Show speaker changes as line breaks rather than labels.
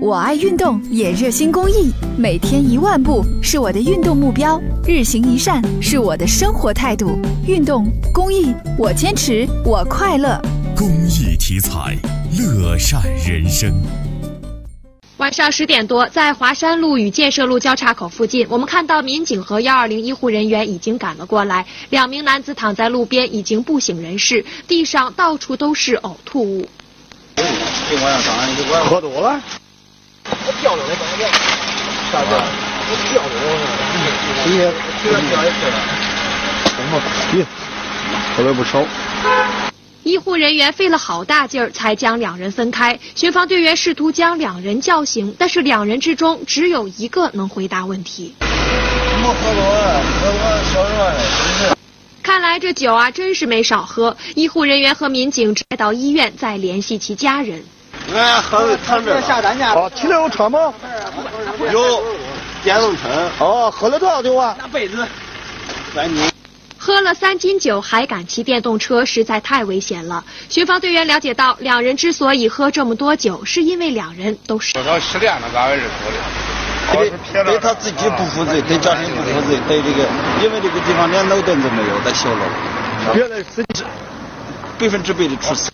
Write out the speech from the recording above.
我爱运动，也热心公益。每天一万步是我的运动目标，日行一善是我的生活态度。运动、公益，我坚持，我快乐。
公益题材，乐善人生。
晚上十点多，在华山路与建设路交叉口附近，我们看到民警和幺二零医护人员已经赶了过来。两名男子躺在路边，已经不省人事，地上到处都是呕吐物。
喝多了？
我掉了，我刚掉，
咋的？
我掉了，我
直接
这个掉也吃了。
什么？咦，后来不少。
医护人员费了好大劲儿才将两人分开，巡防队员试图将两人叫醒，但是两人之中只有一个能回答问题。
没喝多了，我我小时候真是。
看来这酒啊真是没少喝，医护人员和民警带到医院再联系其家人。
哎，喝躺着
下咱家
啊，提了有车吗？
有电动车，
哦，喝了多少酒啊？
拿被子。
三斤。
喝了三斤酒还敢骑电动车，实在太危险了。巡防队员了解到，两人之所以喝这么多酒，是因为两人都是。
早上十点了，俺们是出
对
的。
对他自己不负责，对家庭不负责，对这个，因为这个地方连脑灯都没有，在小楼，原来自己百分之百的猝死。